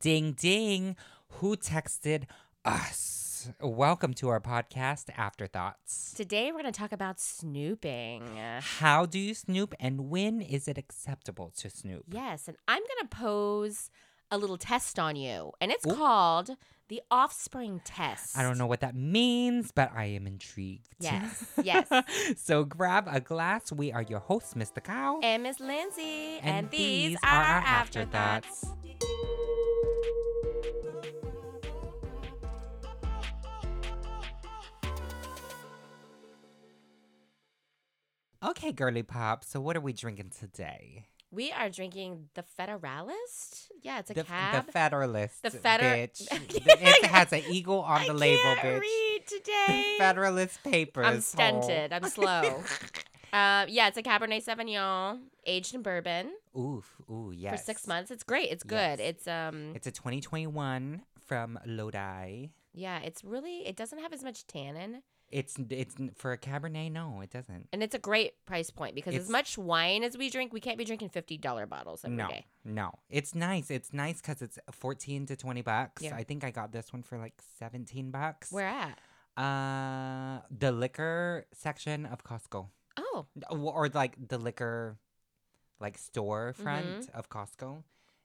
Ding ding. Who texted us? Welcome to our podcast, Afterthoughts. Today we're going to talk about snooping. How do you snoop and when is it acceptable to snoop? Yes, and I'm going to pose a little test on you, and it's called the offspring test. I don't know what that means, but I am intrigued. Yes, yes. so grab a glass. We are your hosts, Mr. Cow. And Miss Lindsay, and, these, are our afterthoughts. Okay, girly pop. So, what are we drinking today? We are drinking the Federalist. Yeah, it's a the, cab. the Federalist. The Feder- bitch. it has an eagle on the I label, can't bitch. read The today. Federalist Papers. I'm hole. stunted. I'm slow. Uh, yeah, it's a Cabernet Sauvignon aged in bourbon Oof. Ooh, yes. for six months. It's great. It's Yes. good. It's um, It's a 2021 from Lodi. yeah, it's really. It doesn't have as much tannin, It's it's for a Cabernet. No, it doesn't. and it's a great price point because It's- as much wine as we drink, we can't be drinking fifty dollar bottles every day. no, no. It's nice. It's nice because it's 14 to 20 bucks. Yeah. I think I got this one for like 17 bucks. Where at? Uh, the liquor section of Costco, Oh, or, or like the liquor, like store front of Costco.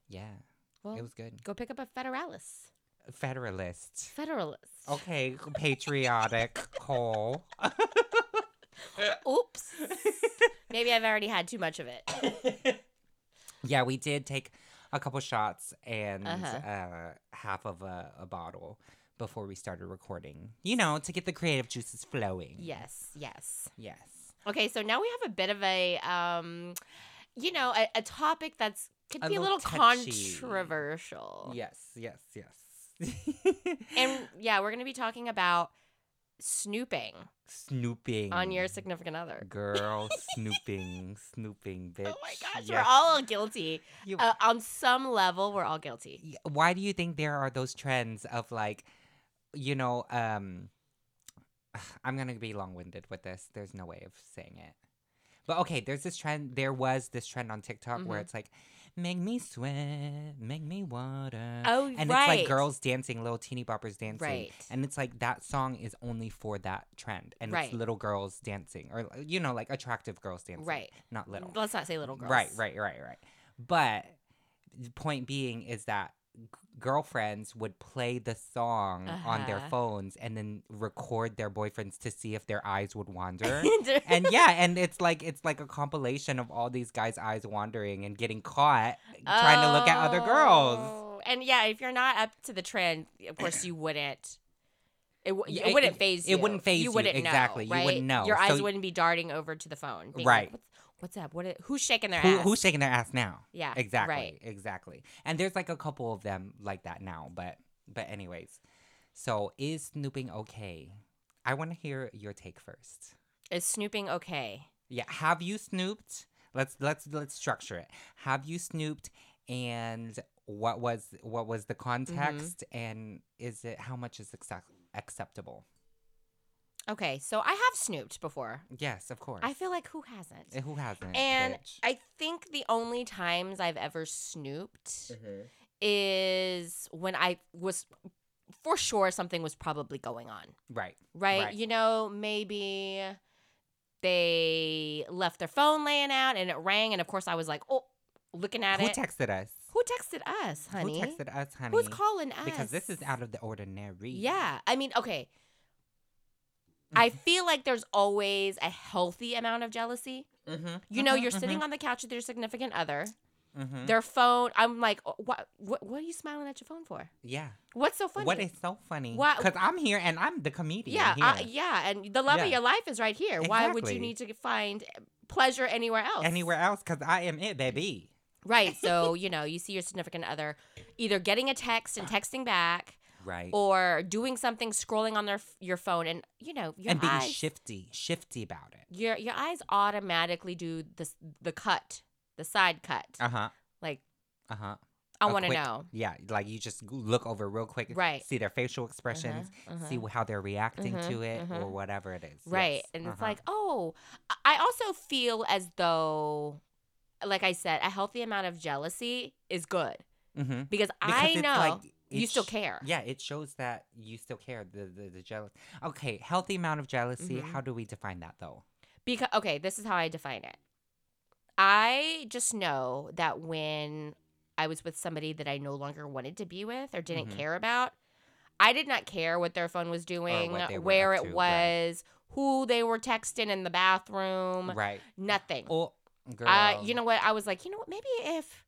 Yeah, Mm-hmm. well, it was good. go pick up a Federalis. Federalist. Federalist. Okay, patriotic Cole. Oops. Maybe I've already had too much of it. Yeah, we did take a couple shots and uh Uh-huh. half of a, a bottle before we started recording. You know, to get the creative juices flowing. Yes, yes. Yes. Okay, so now we have a bit of a, um, you know, a, a topic that's could A be a little little touchy. controversial. Yes. Yes. Yes. And yeah, we're going to be talking about snooping snooping on your significant other. girl snooping, snooping, bitch. Oh my gosh, we're Yes. all guilty. You- Uh, on some level, we're all guilty. y- why do you think there are those trends of like you know um i'm gonna be long-winded with this there's no way of saying it but okay there's this trend there was this trend on tiktok where Mhm. it's like make me sweat make me water Oh, Uh, and it's like right. girls dancing little teeny boppers dancing Right. and it's like that song is only for that trend and Right. it's little girls dancing or you know like attractive girls dancing Right. not little Let's not say little girls. Right, right, right, right. But the point being is that g- girlfriends would play the song on their Uh-huh. phones and then record their boyfriends to see if their eyes would wander. and and yeah, and it's like it's like a compilation of all these guys' eyes wandering and getting caught trying to look at other girls. Oh, And yeah, if you're not up to the trend, of course you wouldn't. It, w- Yeah, it, it- wouldn't it- phase it you. wouldn't faze you, wouldn't know, exactly. You wouldn't right? know. Your eyes So- wouldn't be darting over to the phone. being Right. like, what's, what's up? What? i- Who's shaking their Who, ass? who's shaking their ass now? yeah. Exactly. Right. Exactly. And there's like a couple of them like that now, but but anyways. So is snooping okay? I want to hear your take first. Is snooping okay? Yeah, have you snooped? Let's let's let's structure it. Have you snooped and what was what was the Mm-hmm. context and is it how much is accept- acceptable? Okay. So I have snooped before. Yes, of course. Eh, I feel like who hasn't? Who hasn't? and bitch? I think the only times I've ever snooped Mm-hmm. is when I was for sure something was probably going on. right. right? Right. You know, maybe they left their phone laying out and it rang, and of course I was like, oh, looking at Who it. texted us? Who texted us, honey? Who texted us, honey? Who's calling us? Because this is out of the ordinary. Yeah, I mean, okay. I feel like there's always a healthy amount of jealousy. Mm-hmm. You know, you're sitting on the couch with your significant other. Mm-hmm. Their phone. I'm like, oh, what? What? What are you smiling at your phone for? Yeah. What's so funny? What is so funny? What- Because I'm here and I'm the comedian. Yeah, here. I, yeah, and the love Yeah. of your life is right here. Why would Exactly. you need to find eh, pleasure anywhere else? Anywhere else? Because I am it, baby. Right. So, you know, you see your significant other either getting a text and texting back Right. or doing something scrolling on their your phone and, you know, your and being eyes shifty, shifty about it. your your eyes automatically do the the cut, the side cut. Uh huh. Like Uh huh. I a want to quick- know. Yeah. Like you just g- look over real quick. Right. See their facial expressions. uh-huh. See how they're reacting Mhm, to it or mhm. whatever it is. Right. Yes, And it's uh-huh. like, oh, I- I also feel as though, like I said, a healthy amount of jealousy is good. Mm-hmm. because, I know you still care. Yeah, it shows that you still care. The the, the jealous. Okay, healthy amount of jealousy. Mhm. How do we define that though? Because okay, this is how I define it. I just know that when I was with somebody that I no longer wanted to be with or didn't Mhm. care about, I did not care what their phone was doing, what they were where up it to, right. was, who they were texting in the bathroom, Right. nothing. Oh, girl. Uh, Um, you know what? I was like, you know what? Maybe if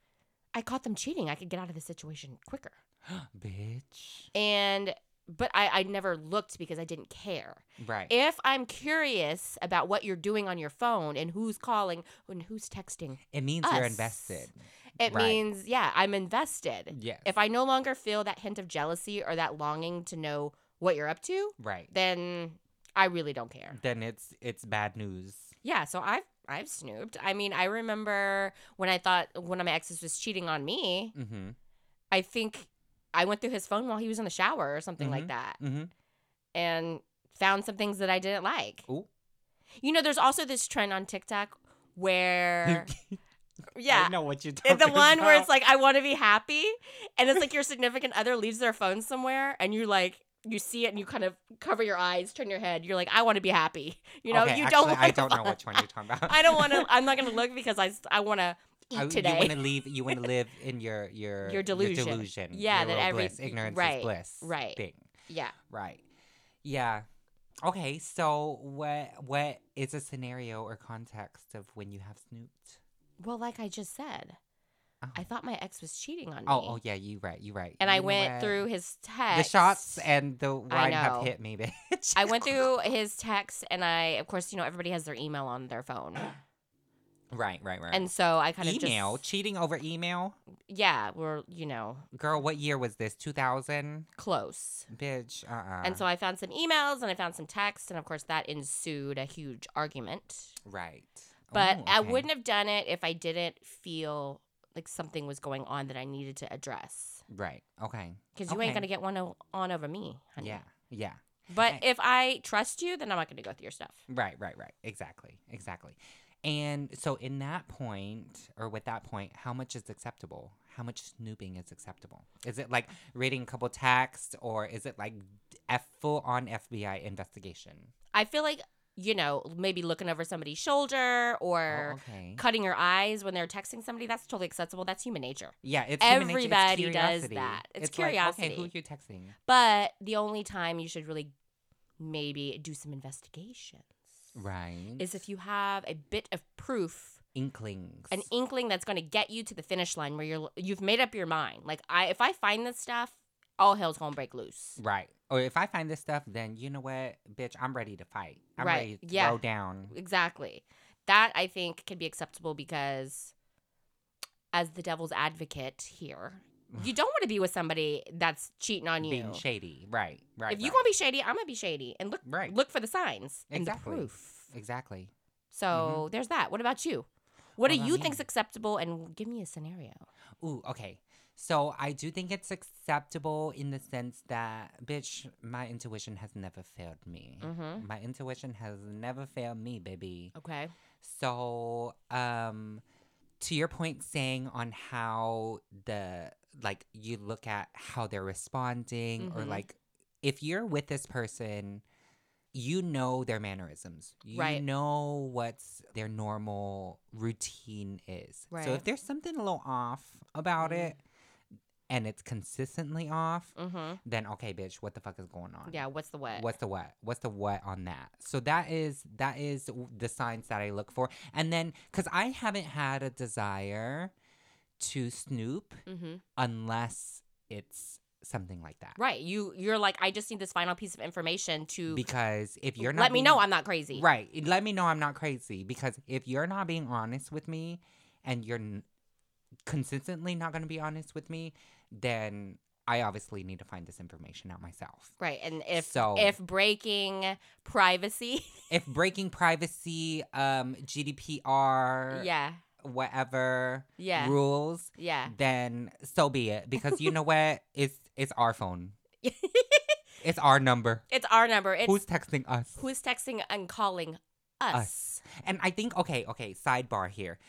I caught them cheating, I could get out of the situation quicker. bitch. And but I, I never looked because I didn't care. Right. If I'm curious about what you're doing on your phone and who's calling and who's texting, it means you're us. invested. it Right. means, yeah, I'm invested. Yes. If I no longer feel that hint of jealousy or that longing to know what you're up to, right. then I really don't care. Then it's it's bad news. Yeah, so I've I've snooped. I mean, I remember when I thought one of my exes was cheating on me. Mm-hmm. I think I went through his phone while he was in the shower or something like that Mm-hmm. and found some things that I didn't like. Ooh. You know, there's also this trend on TikTok where yeah, I know what you're talking It's the one where it's about. like I want to be happy, and it's like your significant other leaves their phone somewhere, and you like you see it and you kind of cover your eyes, turn your head. You're like, I want to be happy. You know, Okay, you actually, don't. I wanna don't know follow- which one you're talking about. I don't want to. I'm not gonna look because I s- I want to eat I- You today. want to leave. You want to live in your your Your delusion. delusion. Yeah, your that little every- bliss. ignorance right, is bliss. right. Thing. yeah. Right. Yeah. Okay. So what what is a scenario or context of when you have snooped? Well, like I just said, Oh. I thought my ex was cheating on me. oh, oh yeah. You right. You right. and I You know went what? through his the text. shots and the wine have know. hit me, bitch. I went through his text, and I, of course, you know, everybody has their email on their phone, right. Right. Right. and so I kind of email just, cheating over email. yeah, we're you know Girl, what year was this? Two thousand. close. Bitch. Uh. uh And so I found some emails and I found some texts, and of course that ensued a huge argument. Right. But Ooh, I Oh, okay. wouldn't have done it if I didn't feel like something was going on that I needed to address. Right. Okay. Because you ain't Okay. gonna get one o- on over me. Honey. Yeah. Yeah. But Okay. if I trust you, then I'm not gonna go through your stuff. Right, right, right. Exactly. Exactly. And so in that point or with that point, how much is acceptable? How much snooping is acceptable? Is it like reading a couple texts or is it like a full on FBI investigation? I feel like you know maybe looking over somebody's shoulder Oh, or okay. cutting your eyes when they're texting somebody. That's totally acceptable. That's human nature. Yeah, it's human nature. It's everybody does curiosity. that. Like, okay, It's who are curiosity. you texting? But the only time you should really maybe do some investigations Right. is if you have a bit of proof, inklings. an inkling that's going to get you to the finish line where you're you've made up your mind. Like I, if I find this stuff, all hell's gonna break loose. right. Or if I find this stuff, then you know what, bitch, I'm ready to fight. I'm Right, ready to yeah. throw down. Exactly. That I think can be acceptable because, as the devil's advocate here, you don't want to be with somebody that's cheating on you. Being shady. Right. Right. if you're right. gonna be shady, I'm gonna be shady, and look Right. look for the signs and the Exactly. proof. Exactly. So there's that. What about you? What What do about you me? think's acceptable? And give me a scenario. Ooh, okay. So I do think it's acceptable in the sense that, bitch, my intuition has never failed me. Mm-hmm. My intuition has never failed me, baby. Okay. So, um, to your point, saying on how the like you look at how they're responding, or Mhm. like if you're with this person, you know their mannerisms, you Right. know what's their normal routine is. So Right. if there's something a little off about Mm. it, and it's consistently off, Mm-hmm. then okay, bitch, what the fuck is going on? Yeah. What's the what? What's the what? What's the what on that? So that is that is w- the signs that I look for. And then cuz I haven't had a desire to snoop Mm-hmm. unless it's something like that. Right. You you're like I just need this final piece of information to Because if you're not let me being- know I'm not crazy. Right. It- Let me know I'm not crazy because if you're not being honest with me and you're n- consistently not going to be honest with me, then I obviously need to find this information out myself. Right. And if So- if breaking privacy, If breaking privacy, um GDPR, yeah, whatever yeah, rules, yeah. then so be it. Because you know what? It's it's our phone. It's our number. It's our number. It's Who's who's, texting us? texting and calling us. And I think okay, okay, sidebar here.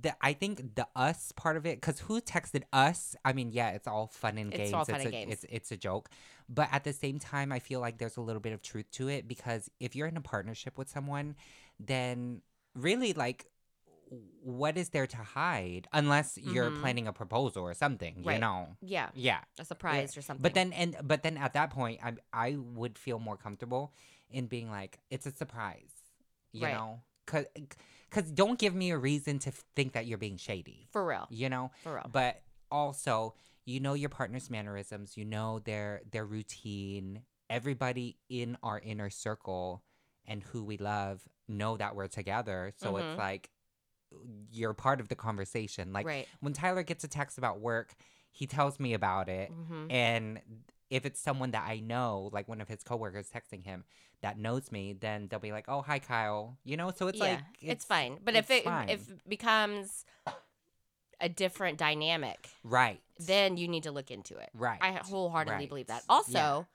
the I think the us part of it because who texted us? I mean, yeah, it's all fun and games. It's all fun it's and a, games. It's it's a joke, but at the same time, I feel like there's a little bit of truth to it because if you're in a partnership with someone, then really like. What is there to hide unless you're Mhm. planning a proposal or something, you Right. know? Yeah, Yeah. a surprise or something. But then and but then at that point I I would feel more comfortable in being like it's a surprise, you Right. know? Cuz cuz don't give me a reason to f- think that you're being shady, for real, you know? for real. But also, you know your partner's mannerisms, you know their their routine. Everybody in our inner circle and who we love know that we're together, so Mhm. it's like you're part of the conversation. Like right. when Tyler gets a text about work, he tells me about it Mm-hmm. and if it's someone that I know, like one of his coworkers texting him that knows me, then they'll be like, "Oh, hi, Kyle." You know, so it's yeah, like it's, fine. But if it's it if it becomes a different dynamic, right, then you need to look into it. right, I wholeheartedly Right. believe that. Yeah. Also,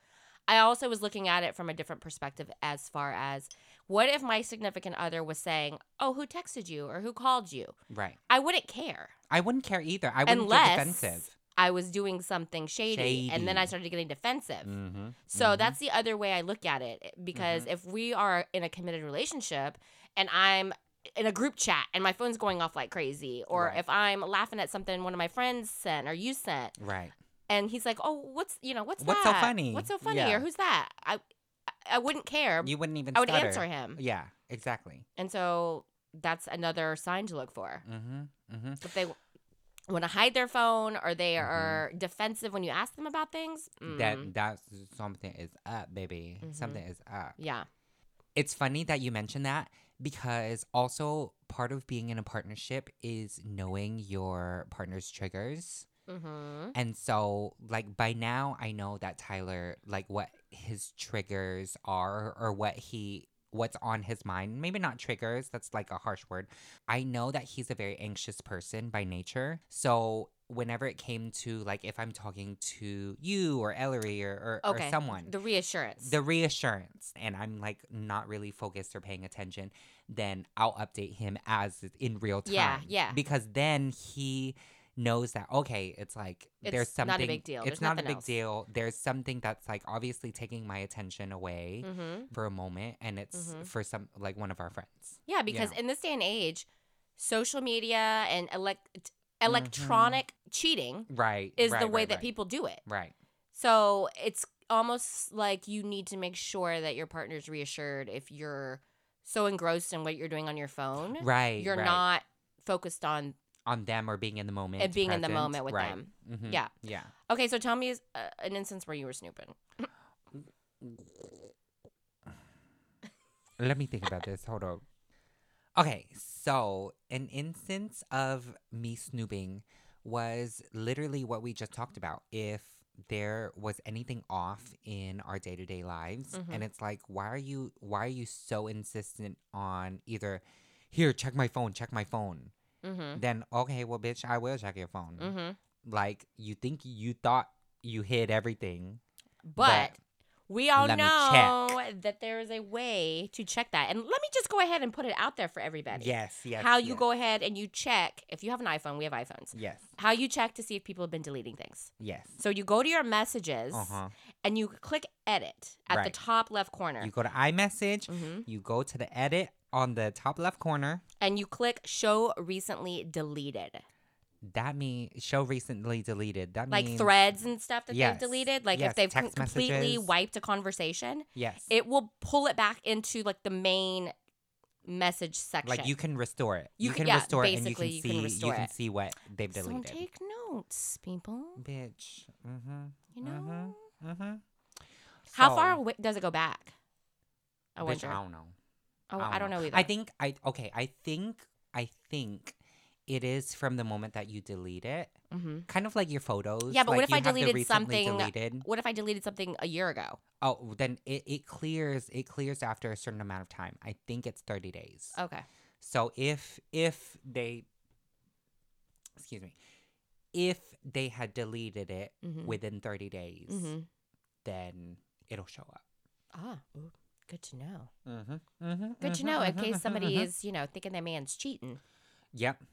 I also was looking at it from a different perspective as far as what if my significant other was saying, "Oh, who texted you or who called you?" right. I wouldn't care. I wouldn't care either. I wouldn't get Unless- defensive. I was doing something shady, and then I Shady. started getting defensive. Mm-hmm. So that's the other way I look at it eh, because if we are in a committed relationship and I'm in a group chat and my phone's going off like crazy, or Right. if I'm laughing at something one of my friends sent or you sent, right. and he's like, "Oh, what's you know what's What's so that? funny?" What's so funny? Yeah. Or who's that?" I I wouldn't care. You wouldn't even. I would stutter. answer him, Yeah, exactly. and so that's another sign to look for. Mm-hmm. Mm-hmm. If they want to hide their phone or they Mhm. are defensive when you ask them about things, mm, That that's something is up, baby. Mhm. Something is up. yeah, It's funny that you mentioned that because also part of being in a partnership is knowing your partner's triggers. mm-hmm. And so, like, by now, I know that Tyler, like, what his triggers are or what he, what's on his mind. Maybe not triggers, that's like a harsh word. I know that he's a very anxious person by nature. So, whenever it came to, like, if I'm talking to you or Ellery or, or, Okay. or someone, the reassurance. the reassurance and I'm like not really focused or paying attention, then I'll update him as it- in real time. Yeah, yeah. Because then he knows that okay, it's like there's It's not a something big deal. It's There's not a nothing big else. deal. There's something that's like obviously taking my attention away mm-hmm. for a moment and it's Mhm. for some like one of our friends. Yeah, because Yeah. in this day and age, social media and elect- electronic cheating Right. is Mm-hmm. right, the way right, that right. people do it. Right. So it's almost like you need to make sure that your partner's reassured if you're so engrossed in what you're doing on your phone, Right. you're right. not focused on. on them or being in the moment. And being in the present. moment with Right. them. Mhm. Yeah. Yeah. Okay, so tell me uh, an instance where you were snooping. Let me think about this. Hold on. Okay, so an instance of me snooping was literally what we just talked about. If there was anything off in our day to day lives, Mhm. and it's like, why are you why are you so insistent on either here check my phone, check my phone? Mm-hmm. Then okay, well, bitch, I will check your phone. Mm-hmm. Like you think you thought you hid everything, But we all let me know that there is a way to check that. And let me just go ahead and put it out there for everybody. yes, yes, how you yes, go ahead and you check if you have an iPhone, we have iPhones. yes, How you check to see if people have been deleting things. yes, So you go to your messages uh huh. and you click edit at the Right. top left corner. You go to iMessage, hmm you go to the edit on the top left corner. And you click show recently deleted. That means show recently deleted. That Like means threads and stuff that yes, they've deleted. Like yes, if they've com- text completely messages. wiped a conversation, Yes. it will pull it back into like the main message section. like you can restore it. You, You can- can yeah, restore it and you basically can you see can you restore can it. see what they've So deleted. take notes, people. Bitch. Mm-hmm. You know? Mhm. Mm-hmm. How far away does it go back? I I, wonder. I don't know. Oh, I don't know either. I think I okay, I think I think it is from the moment that you delete it. Mm-hmm. Kind of like your photos. Yeah, but what like if you I have the deleted recently something- deleted. What if I deleted something a year ago? Oh, then it, it clears it clears after a certain amount of time. I think it's thirty days. Okay. So if if they excuse me, if they had deleted it Mhm. within thirty days, Mm-hmm. then it'll show up. Ah, ooh, good to know. Mm-hmm. Mm-hmm. uh-huh. Good to know in case somebody is, you know, thinking their man's cheating. Yep.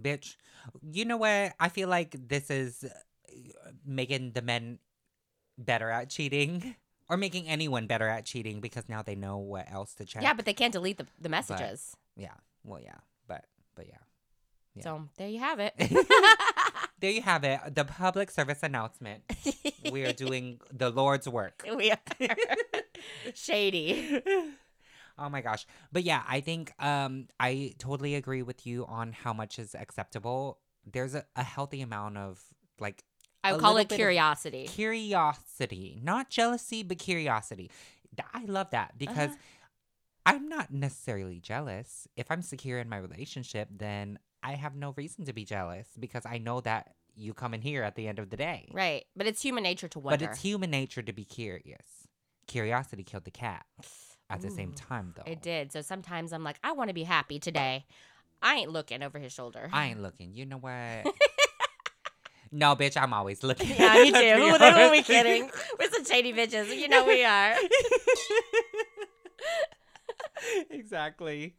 bitch. You know what? I feel like this is uh, making the men better at cheating or making anyone better at cheating because now they know what else to check. Yeah, but they can't delete the, the messages. yeah. Well, yeah. But but yeah. yeah. So there you have it. There you have it. The public service announcement. we are doing the Lord's work. we are shady. Oh my gosh. But yeah, I think um I totally agree with you on how much is acceptable. There's a, a healthy amount of like I A would call little it bit of- curiosity. curiosity, not jealousy, but curiosity. Th- I love that because I'm not necessarily jealous. If I'm secure in my relationship, then I have no reason to be jealous because I know that you come in here at the end of the day. right, but it's human nature to But wonder. it's human nature to be curious. Curiosity killed the cat at the same Ooh, time, though. It did. So sometimes I'm like, I want to be happy today. I ain't looking over his shoulder. I ain't looking. You know what? no, bitch, I'm always looking. yeah, me Let's be too. Who the hell are we honest. kidding? We're some shady bitches. You know we are. exactly.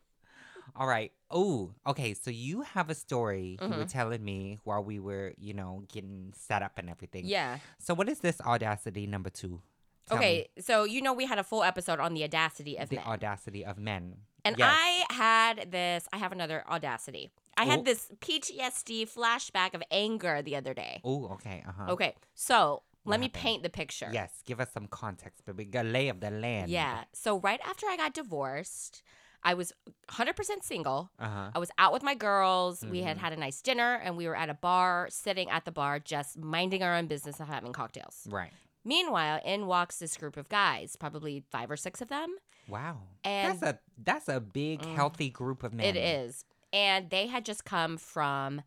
All right. Oh, okay. So you have a story you were Mhm. telling me while we were, you know, getting set up and everything. Yeah. So what is this audacity number two? Tell me. Okay. So you know we had a full episode on the audacity of the men. audacity of men. And Yes. I had this, I have another audacity. I Oh. had this PTSD flashback of anger the other day. Oh, okay. Uh huh. Okay, so What let me happened? paint the picture. Yes. Give us some context, but we got lay of the land. Yeah. So right after I got divorced, I was 100% single. Uh huh. I was out with my girls. We had Mhm. had a nice dinner and we were at a bar, sitting at the bar, just minding our own business and having cocktails. Right. Meanwhile, in walks this group of guys, probably five or six of them. Wow. And that's a that's a big Mm. healthy group of men. It is. And they had just come from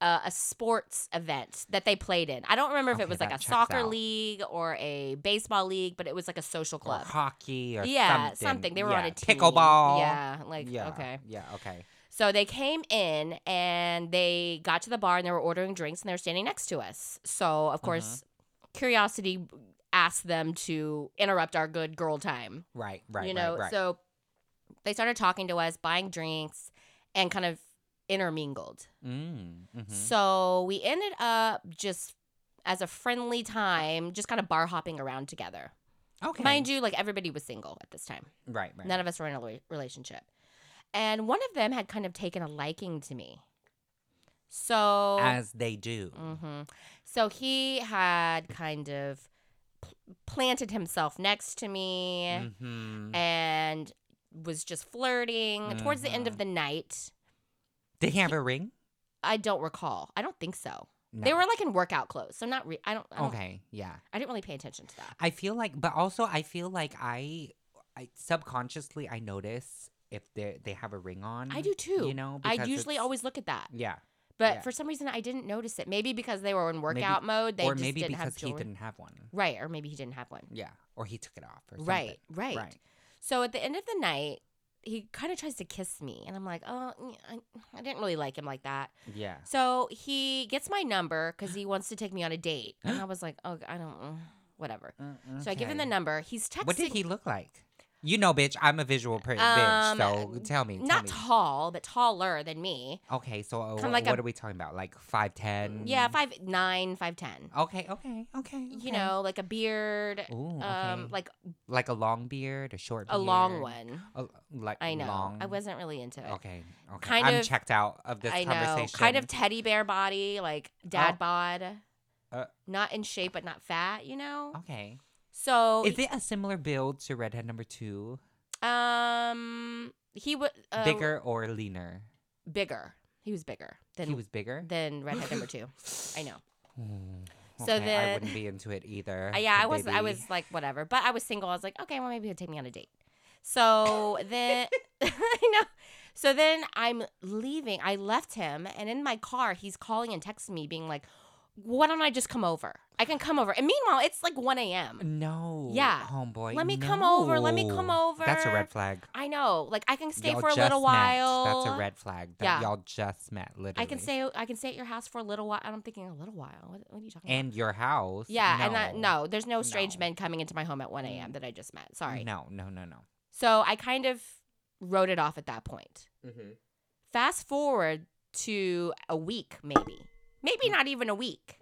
uh, a sports event that they played in. I don't remember if Okay, it was like that a checks soccer out. league or a baseball league, but it was like a social Or club. hockey or yeah, something. They were on Yeah, a team. Pickleball. Yeah, like yeah. okay. Yeah. Okay. So they came in and they got to the bar and they were ordering drinks and they were standing next to us. So Mm-hmm. of course, curiosity asked them to interrupt our good girl time Right. Right. you know right, right. so they started talking to us buying drinks and kind of intermingled Mm, hmm so we ended up just as a friendly time just kind of bar hopping around together okay. mind you like everybody was single at this time Right, right. none of us were in a rela- relationship and one of them had kind of taken a liking to me so As they do. hmm So he had kind of pl- planted himself next to me Mhm. and was just flirting towards the end Mhm. of the night. Did he have a ring? I don't recall. I don't think so. No. They were like in workout clothes, so not. Re- I don't. I don't- okay. Yeah. I didn't really pay attention to that. I feel like, but also I feel like I, I subconsciously I notice if they they have a ring on. I do too. Mm, You know, I because usually it's- always look at that, Yeah, but yeah. for some reason I didn't notice it. Maybe because they were in workout mode, they or just maybe didn't because have he jewelry. didn't have one. Right, or maybe he didn't have one. Yeah, or he took it off. Or something. Right, right, Right. So at the end of the night, he kind of tries to kiss me, and I'm like, oh, mm, I, I didn't really like him like that. Yeah. So he gets my number because he wants to take me on a date, and I was like, oh, I don't, mm, whatever. Mm, So I give him the okay. number. He's texting. What did he look like? You know, bitch, I'm a visual pr- bitch. Um, So tell me. Not tell me. tall, but taller than me. Okay, so uh, Kinda wh- like what a- are we talking about? Like five ten? Yeah, five nine, five ten. Okay, okay, okay. okay. You know, like a beard, Ooh, okay. um, like like a long beard, a short a beard. long one. A, like I know. Long. I wasn't really into it. Okay, okay. Kind I'm of- checked out of this I know, conversation. kind of teddy bear body, like dad Oh. bod. Uh. not in shape, but not fat. You know. okay. So Is it a similar build to Redhead Number Two? um, he was uh, bigger or leaner? Bigger. He was bigger than he was bigger. than redhead number two. I know. Hmm, So okay, I then- wouldn't be into it either. Uh, yeah, I was I baby. was like whatever, but I was single. I was like, okay, well maybe he'll take me on a date. So then I know. So then I'm leaving. I left him, and in my car, he's calling and texting me, being like, "Why don't I just come over? I can come over." And meanwhile, it's like 1 a.m. No. Yeah. Homeboy. Let me come over, let me come no. That's a over. red flag. I know. Like I can stay Y'all for a just little met. while. That's a red flag. That Yeah. Y'all just met, literally. I can stay. I can stay at your house for a little while. I'm thinking a little while. What, what are you talking about? And your house. Yeah, no. and that no, there's no strange No. men coming into my home at 1 a.m. Mm. that I just met. Sorry. No, no, no, no. So I kind of wrote it off at that point. Fast forward to a week, maybe. Mm. Maybe not even a week.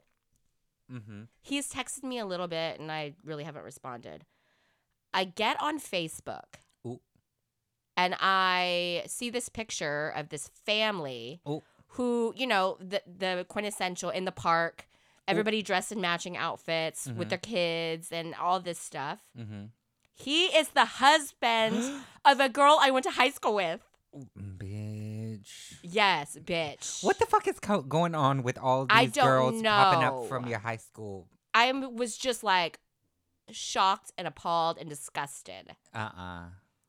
Mm-hmm. He's texted me a little bit and I really haven't responded. I get on Facebook Ooh. and I see this picture of this family Ooh. who, you know, the, the quintessential in the park, everybody dressed in matching outfits with Mhm. their kids and all this stuff. Mm-hmm. He is the husband of a girl I went to high school with. Bitch. Yes, bitch. What the fuck is co- going on with all these I don't girls popping up know. from your high school? I am- was just like shocked and appalled and disgusted. Uh uh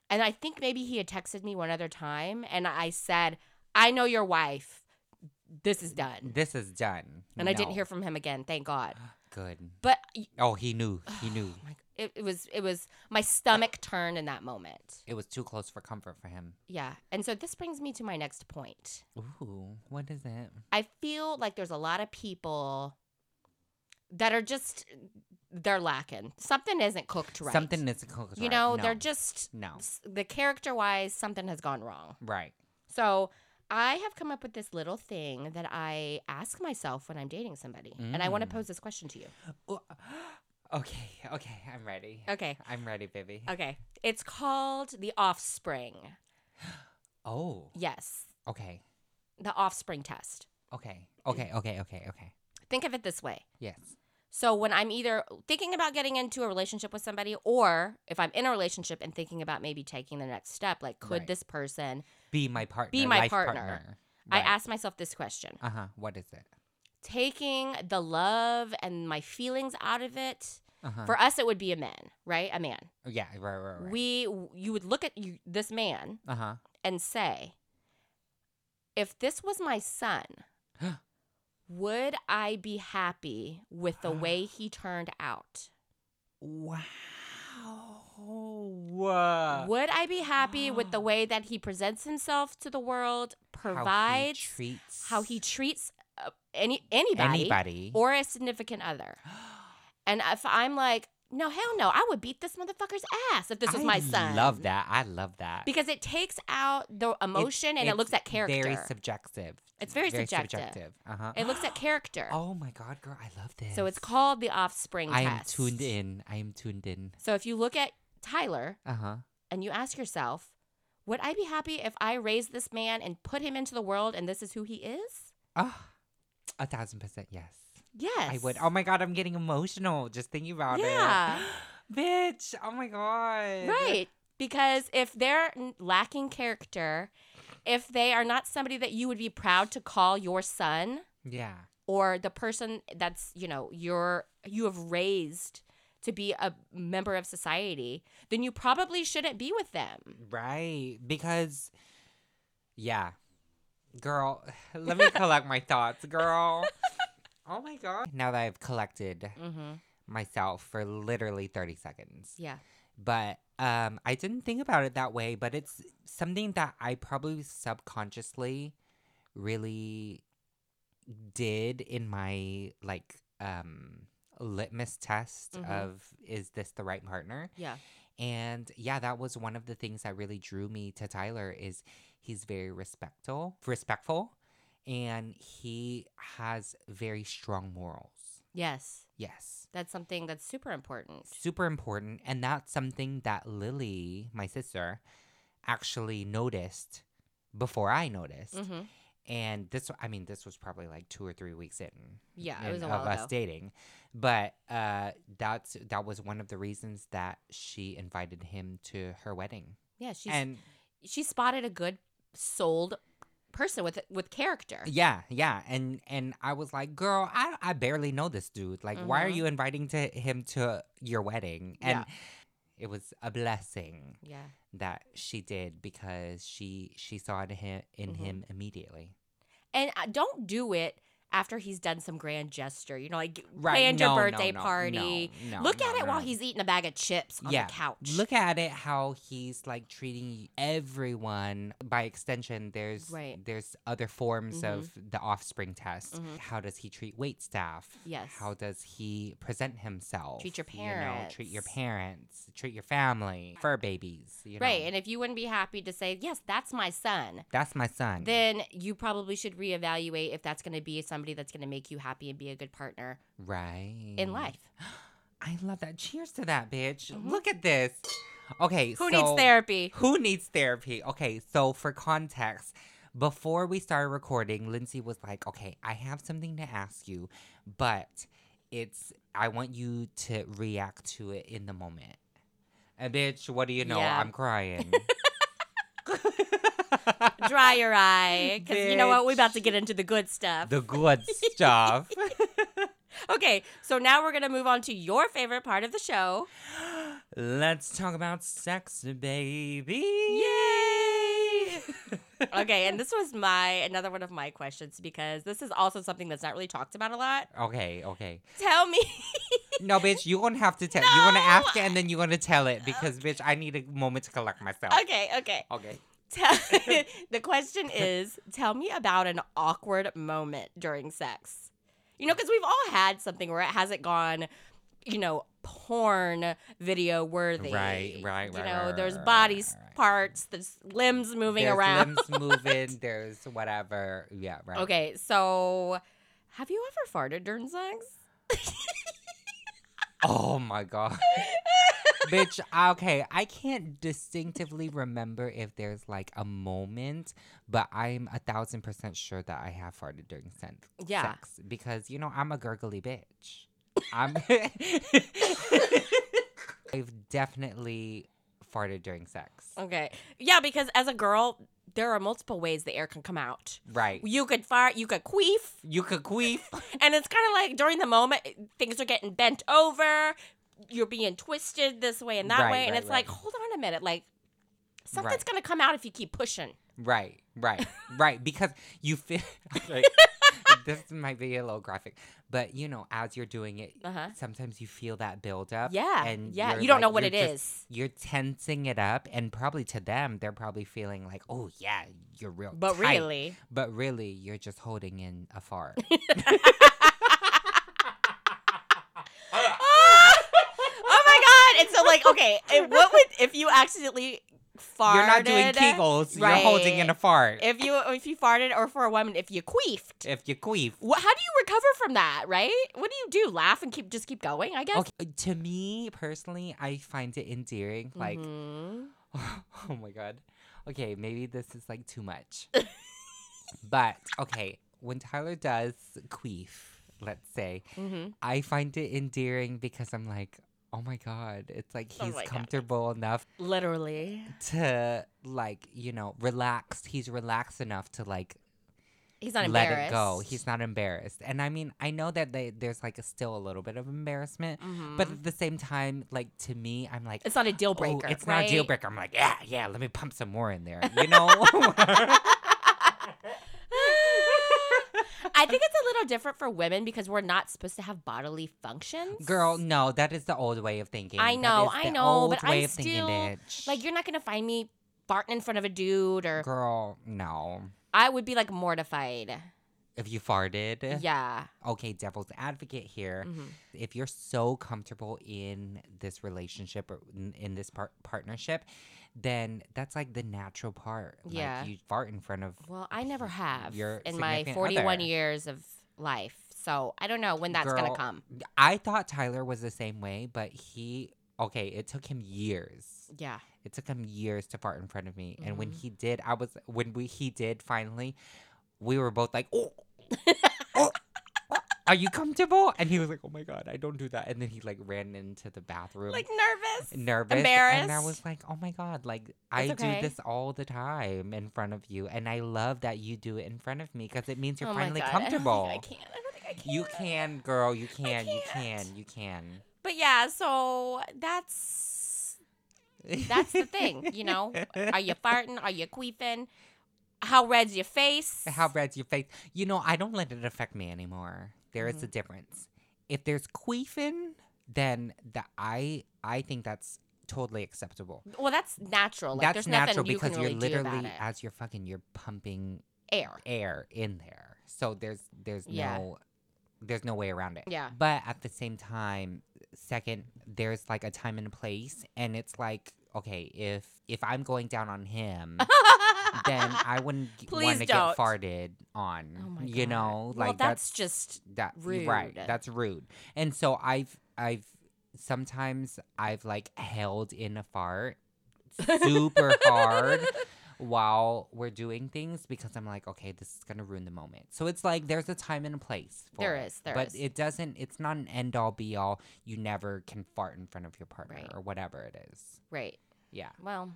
And I think maybe he had texted me one other time and I said, I know your wife. This is done. This is done. And I didn't No. hear from him again, thank God. Good. But Oh, he knew. He knew. my- it, it was it was my stomach turned in that moment. It was too close for comfort for him. Yeah. And so this brings me to my next point. Ooh, what is it? I feel like there's a lot of people that are just they're lacking. Something isn't cooked right. Something is cooked you right. know, they're No. just no s- the character wise something has gone wrong. right. So I have come up with this little thing that I ask myself when I'm dating somebody, and I want to Mm. pose this question to you. Ooh, Okay, okay, I'm ready. Okay. I'm ready, baby. Okay. It's called the offspring. Oh, Yes, okay, the offspring test. okay, okay, okay, okay, okay. Think of it this way. Yes. So when I'm either thinking about getting into a relationship with somebody or if I'm in a relationship and thinking about maybe taking the next step, like could Right. this person Be my partner. my life partner. I Right. ask myself this question. Uh huh. What is it? Taking the love and my feelings out of it. Uh huh. For us it would be a man, right? A man. Yeah. Right. Right. Right. We you would look at you, this man Uh huh. and say, if this was my son, would I be happy with the way he turned out? Wow. Would I be happy with the way that he presents himself to the world, How he provides, treats how he treats, uh, any anybody, anybody. or a significant other? And if I'm like, no, hell no, I would beat this motherfucker's ass if this was I my son. Love that. I love that. because it takes out the emotion and it It's looks at character. Very subjective. It's very subjective. Uh huh. it looks at character. Oh my god, girl, I love this. So it's called the offspring I am test. tuned in. I am tuned in. So if you look at Tyler Uh huh. and you ask yourself, would I be happy if I raised this man and put him into the world and this is who he is? Oh, a thousand percent yes. Yes. I would. Oh my god, I'm getting emotional just thinking about Yeah. it. Bitch. Oh my god. Right. Because if they're n- lacking character, if they are not somebody that you would be proud to call your son Yeah. or the person that's, you know, your you have raised to be a member of society, then you probably shouldn't be with them. Right. Because yeah. Girl, let me collect my thoughts, girl. oh my god. Now that I've collected Mhm. myself for literally 30 seconds. Yeah. but um i didn't think about it that way but it's something that i probably subconsciously really did in my like um litmus test Mhm. of is this the right partner Yeah. and yeah that was one of the things that really drew me to tyler is he's very respectful respectful and he has very strong morals Yes. yes That's something that's super important. super important and that's something that lily my sister actually noticed before i noticed Mhm. and this i mean this was probably like two or three weeks in Yeah, it in- was a of while us ago. dating but uh that's that was one of the reasons that she invited him to her wedding Yeah, she's and she spotted a good souled person with with character. yeah yeah and and i was like girl i i barely know this dude like why are Mhm. you inviting to him to your wedding and it was a blessing Yeah. that she did because she she saw it in him, in Mhm. him immediately. And uh, don't do it after he's done some grand gesture, you know, like Right. planned no, your no, birthday no, party. no, no, Look no, at it no, while no. he's eating a bag of chips on Yeah. the couch. Look at it how he's like treating everyone. By extension, there's Right. Mm-hmm. there's other forms of the offspring test. Mhm. How does he treat wait staff? Yes. How does he present himself? Treat your You know, treat your parents. parents. Treat your family. Fur babies. You know? right. And if you wouldn't be happy to say, yes, that's my son, That's my son. then you probably should reevaluate if that's going to be somebody that's going to make you happy and be a good partner right. in life. I love that. Cheers to that, bitch. Mhm. Look at this. Okay. Who needs so- therapy? Who needs therapy? Okay, so for context, before we started recording, Lindsay was like, "Okay, I have something to ask you, but it's I want you to react to it in the moment." And bitch, what do you know? Yeah. I'm crying. Dry your eye. Because you know what? We're about to Bitch. get into the good stuff. the good stuff. okay. So now we're going to move on to your favorite part of the show. Let's talk about sex, baby. Yay! okay, and this was my another one of my questions because this is also something that's not really talked about a lot. Okay, okay. Tell me, No, bitch, you're gonna have to tell. You're gonna ask it No! and then you're gonna tell it because, bitch, I need a moment to collect myself. okay, okay. Okay. Tell, the question is, tell me about an awkward moment during sex. You know, because we've all had something where it hasn't gone, you know, porn video worthy. Right, right, You right, know, right, there's right, right, body right, right. parts, there's limbs moving there's around. Limbs moving. There's whatever. Yeah. Right. Okay, so have you ever farted during sex? Oh my god. bitch. Okay. I can't distinctively remember if there's like a moment, but I'm a thousand percent sure that I have farted during sen- Yeah. sex because you know I'm a gurgly bitch. I'm. I've definitely farted during sex. Okay. Yeah, because as a girl, there are multiple ways the air can come out. Right. You could fart, you could queef, You could queef. and it's kind of like during the moment, eh, things are getting bent over, you're being twisted this way and that Right, way, and right, it's like, right. hold on a minute, like something's Right. gonna come out if you keep pushing. Right, right, right. Because you feel. this might be a little graphic, but you know, as you're doing it, Uh huh. sometimes you feel that buildup. Yeah. and yeah. you're You don't like- know what you're it just- is, You're tensing it up, and probably to them, they're probably feeling like, "Oh yeah, you're real." but tight." really, but really, you're just holding in a fart. Ah! oh my god! And so, like, okay, and what would if you accidentally farted? You're not doing kegels. You're holding in a fart. If, if you if you farted or for a woman if you queefed you queef. wha- how do you recover from that right what do you do laugh and keep just keep going i guess Okay, to me personally, I find it endearing. Like, Mhm. oh my god. Okay, maybe this is like too much. but okay, when Tyler does queef, let's say, Mhm. I find it endearing because I'm like, oh my god, it's like Oh he's my God. comfortable enough literally to like, you know, relaxed. He's relaxed enough to like he's not let embarrassed it go. He's not embarrassed. And I mean, I know that they, there's like still a little bit of embarrassment, but Mhm. at the same time, like to me, I'm like, it's not a deal "Oh, breaker it's not a deal right? breaker. I'm like, yeah, yeah, let me pump some more in there. You know? i think it's a little different for women because we're not supposed to have bodily functions Girl, no, that is the old way of thinking. I That know, is I the know, but old I way of thinking, still- bitch. like you're not gonna find me farting in front of a dude or Girl, no. i would be like mortified If you farted, yeah okay, devil's advocate here. Mhm. If you're so comfortable in this relationship or in, in this par- partnership, then that's like the natural part. Yeah. Like you fart in front of Well, I never have your in my significant 41 other. years of life. So I don't know when that's going Girl. to come. I thought Tyler was the same way, but he okay, it took him years. Yeah. It took him years to fart in front of me. And when Mhm. he did, I was when we he did finally, we were both like, "Oh, oh, oh, are you comfortable?" And he was like, "Oh my god, I don't do that." And then he like ran into the bathroom. Like nervous. Nervous, and I embarrassed. was like, "Oh my god! Like I okay. do this all the time in front of you, and I love that you do it in front of me because it means you're Oh my finally God, comfortable. I, don't think I can. I don't think I can. You can, girl. You can. You can't. can. You can. But yeah, so that's that's the thing, you know? Are you farting? Are you queefing? How red's your face? How red's your face? You know, I don't let it affect me anymore. There is a Mm-hmm. difference. If there's queefing, then the, I I think that's totally acceptable. well, that's natural. Like, that's there's natural nothing you because can you're really do about literally it. as you're fucking you're pumping Air. air in there. So there's there's Yeah. no there's no way around it. Yeah. But at the same time, second, there's like a time and a place and it's like, okay, if if I'm going down on him, then I wouldn't Please want to don't. get farted on. Oh my you God. know, Well, like that's, just that right. rude. That's rude. And so I've I've sometimes I've like held in a fart super hard while we're doing things because I'm like, okay, this is gonna ruin the moment. So it's like there's a time and a place for There it. is, there but is. it doesn't it's not an end all be all. You never can fart in front of your partner Right. or whatever it is. right. Yeah. Well,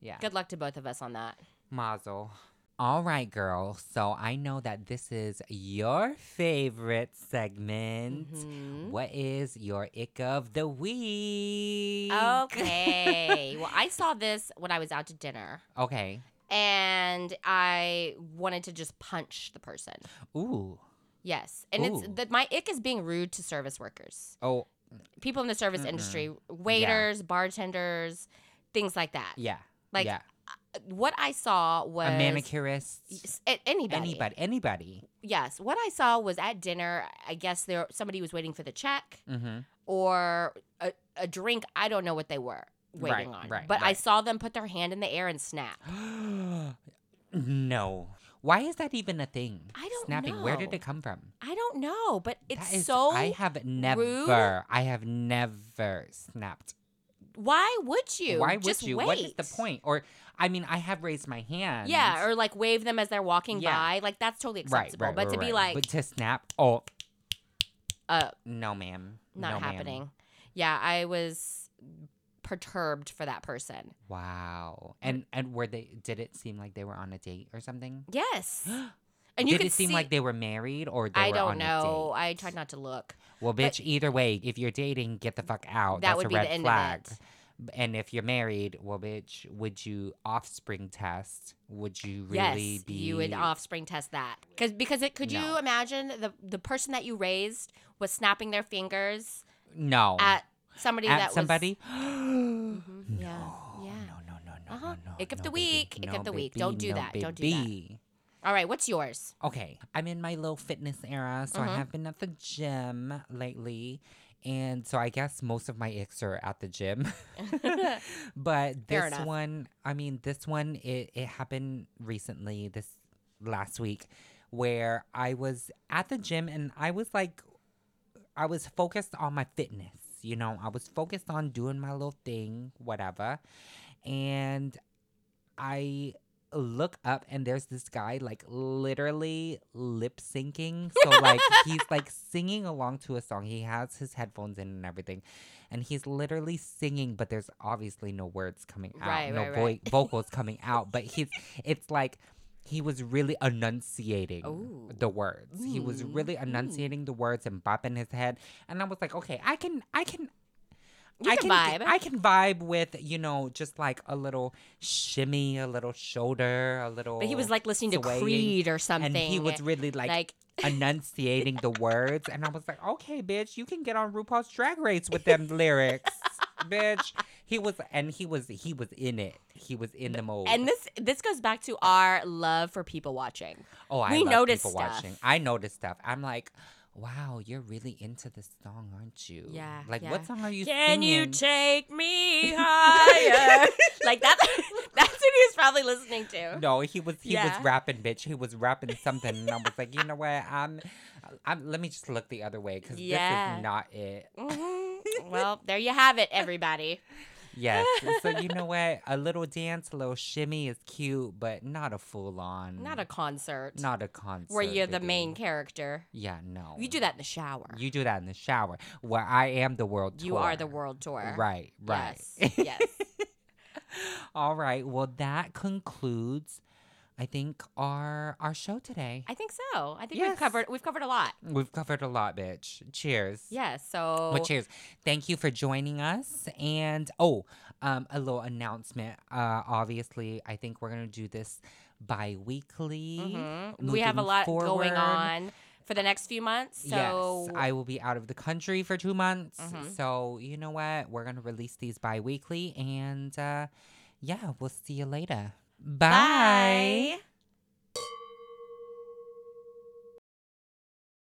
Yeah. good luck to both of us on that. Mazel. All right, girl. So I know that this is your favorite segment. Mhm. What is your ick of the week? Okay. well, I saw this when I was out to dinner, okay. and I wanted to just punch the person. Ooh. Yes, and Ooh. it's that my ick is being rude to service workers, Oh, people in the service Mm-mm. industry, waiters, bartenders, things like that. yeah. Like yeah. what I saw was a manicurist. s- a- Anybody. Anybody. Anybody. Yes. What I saw was at dinner. I guess there somebody was waiting for the check Mm-hmm. or a, a drink. I don't know what they were waiting Right, on. right, but I right. saw them put their hand in the air and snap. no. Why is that even a thing? I don't Snapping. Where did know. it come from? I don't know, but it's that is, so. I have never. I have never snapped. why would you? Why would Just you? Wait. What is the point? Or, I mean, I have raised my hand. Yeah, or like wave them as they're walking Yeah. by. Like that's totally acceptable. but to be right. like, but to snap, oh uh, no, ma'am, not No, ma'am. happening. Yeah, I was perturbed for that person. Wow, and and were they? Did it seem like they were on a date or something? Yes. And you did could it seem see, like they were married or they I were don't on know. a date? I tried not to look. Well, but- bitch. either way, if you're dating, get the fuck out. That That's would a be red the end flag. of it. And if you're married, well, bitch, would you offspring test? Would you really yes, be? you would offspring test that because because it could No. you imagine the the person that you raised was snapping their fingers no at somebody Oh. At that somebody. Mm-hmm. was Mhm, yeah No, Oh, yeah. No, no, no, no, Uh-huh. no, no. Ick of no, the baby. week, ick No, of the week. baby, Don't do no, that, don't do that. baby. All right, what's yours? Okay, I'm in my little fitness era, so I Mhm. have been at the gym lately. And so I guess most of my icks are at the gym. but Fair this enough. one, I mean, this one, it, it happened recently, this last week, where I was at the gym and I was like, I was focused on my fitness, you know, I was focused on doing my little thing, whatever. And I look up and there's this guy like literally lip syncing. So like he's like singing along to a song. He has his headphones in and everything. And he's literally singing, but there's obviously no words coming out. Right, no right, right. voi- vocals coming out. But he's it's like he was really enunciating Ooh. the words. He was Mm, really mm. enunciating the words and bopping his head. And I was like, okay, I can I can You I can get- vibe. I can vibe with, you know, just like a little shimmy, a little shoulder, a little. But he was like listening to swaying, Creed or and something. he was really like, like enunciating the words, and I was like, okay, bitch, you can get on RuPaul's Drag Race with them lyrics, bitch. He was, and he was, he was in it. He was in the mode. and this this goes back to our love for people watching. oh, I we love notice people stuff. watching. I noticed stuff. I'm like. Wow, you're really into this song, aren't you? Yeah, Like, yeah. what song are you Can you singing? take me higher? like that's that's what he was probably listening to. No, he was he Yeah. was rapping, bitch. He was rapping something, and I was like, you know what? I'm, I'm. Let me just look the other way because this Yeah. is not it. Mhm. Well, there you have it, everybody. Yes. so you know what? A little dance, a little shimmy is cute, but not a full on. Not a concert. Not a concert. where you're the main baby. character. Yeah. No. You do that in the shower. You, You do that in the shower. Where I am the world. are tour. the world tour. Right. Right. Yes. yes. All right. Well, that concludes I think, our our show today. I think so. I think Yes. we've covered we've covered a lot. We've covered a lot, bitch. Cheers. Yeah. So But cheers. Thank you for joining us. And oh, um, a little announcement. Uh, obviously, I think we're going to do this bi weekly. Mhm. we have a moving lot forward. going on for the next few months. So yes, I will be out of the country for two months. Mhm. So, you know what? We're going to release these bi weekly. And uh, yeah, we'll see you later. Bye. bye.